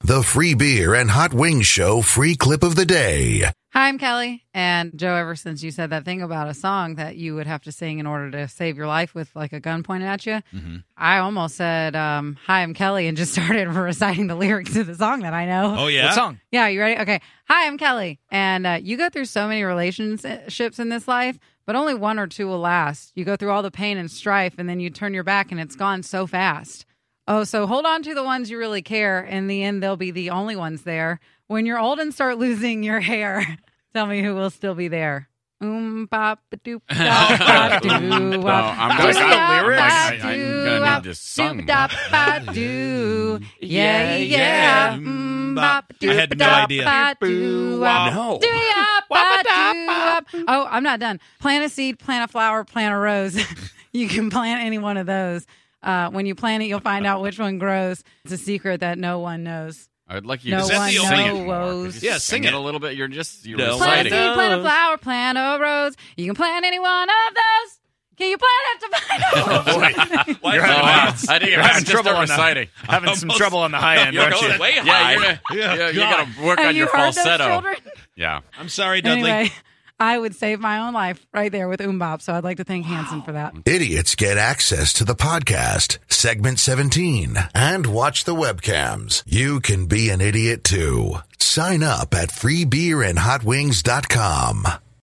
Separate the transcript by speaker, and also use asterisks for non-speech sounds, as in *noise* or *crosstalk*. Speaker 1: The free beer and hot wings show free clip of the day.
Speaker 2: Hi, I'm Kelly. And Joe, ever since you said that thing about a song that you would have to sing in order to save your life with like a gun pointed at you,
Speaker 3: Mhm.
Speaker 2: I almost said, um, Hi, I'm Kelly, and just *laughs* started reciting the lyrics to the song that I know.
Speaker 3: Oh yeah.
Speaker 4: What song?
Speaker 2: Yeah, you ready? Okay. Hi, I'm Kelly. And uh, you go through so many relationships in this life, but only one or two will last. You go through all the pain and strife, and then you turn your back, and it's gone so fast. Oh, so hold on to the ones you really care. In the end, they'll be the only ones there. When you're old and start *laughs* losing your hair, *laughs* tell me who will still be there. Um, bop, a doop,
Speaker 5: *laughs*
Speaker 2: bop, doo,
Speaker 5: Well,
Speaker 2: wop.
Speaker 5: I'm not
Speaker 2: Yeah,
Speaker 5: gonna lyrics.
Speaker 2: I- I- I'm gonna
Speaker 5: I, am gonna
Speaker 2: need
Speaker 5: need this song.
Speaker 2: Doop, bop, *laughs* doo. Yeah,
Speaker 4: Yeah,
Speaker 2: yeah.
Speaker 4: yeah.
Speaker 2: Mm,
Speaker 4: Mm,
Speaker 2: bop,
Speaker 4: bop. I had
Speaker 2: doop,
Speaker 4: no
Speaker 2: dop,
Speaker 4: idea.
Speaker 2: bop, doo, wop.
Speaker 5: No.
Speaker 2: Do ya,
Speaker 4: Wop,
Speaker 2: bop,
Speaker 4: a dop,
Speaker 2: doo,
Speaker 4: bop.
Speaker 2: wop. Oh, I'm not done. Plant a seed, plant a flower, plant a rose. *laughs* you can plant any one of those. Uh, when you plant it, you'll find out which one grows. It's a secret that no one knows.
Speaker 5: I'd like you
Speaker 2: No
Speaker 5: to sing
Speaker 3: one,
Speaker 5: it.
Speaker 2: no
Speaker 5: more. Could you
Speaker 2: woes.
Speaker 5: just
Speaker 3: Yeah, sing
Speaker 5: it.
Speaker 3: it.
Speaker 5: a little bit. You're just you're
Speaker 3: No.
Speaker 2: Plant a
Speaker 5: reciting. *laughs*
Speaker 2: seed, plant a
Speaker 4: Rose.
Speaker 2: flower, plant a rose. You can plant any one of those. Can you plant
Speaker 5: *laughs*
Speaker 2: it to find out?
Speaker 3: Why
Speaker 4: You're
Speaker 5: Oh,
Speaker 4: *laughs*
Speaker 3: is it-
Speaker 5: wow. I think you're
Speaker 4: having
Speaker 5: having
Speaker 4: trouble
Speaker 5: trouble
Speaker 4: on that.
Speaker 5: reciting.
Speaker 4: *laughs* Having some
Speaker 3: Almost.
Speaker 4: trouble on the high end,
Speaker 3: You're
Speaker 4: aren't
Speaker 3: going
Speaker 4: you?
Speaker 3: way
Speaker 5: Yeah,
Speaker 3: high.
Speaker 5: you're gonna,
Speaker 4: Yeah,
Speaker 5: yeah, you
Speaker 4: God.
Speaker 5: gotta work
Speaker 2: Have
Speaker 5: on
Speaker 2: you
Speaker 5: your
Speaker 2: heard those
Speaker 5: falsetto.
Speaker 2: children?
Speaker 5: Yeah,
Speaker 3: I'm sorry, Dudley.
Speaker 2: Anyway, *laughs* I would save my own life right there with Umbop, so I'd like to thank Hanson for that.
Speaker 1: Idiots get access to the podcast, segment 17, and watch the webcams. You can be an idiot too. Sign up at freebeerandhotwings.com.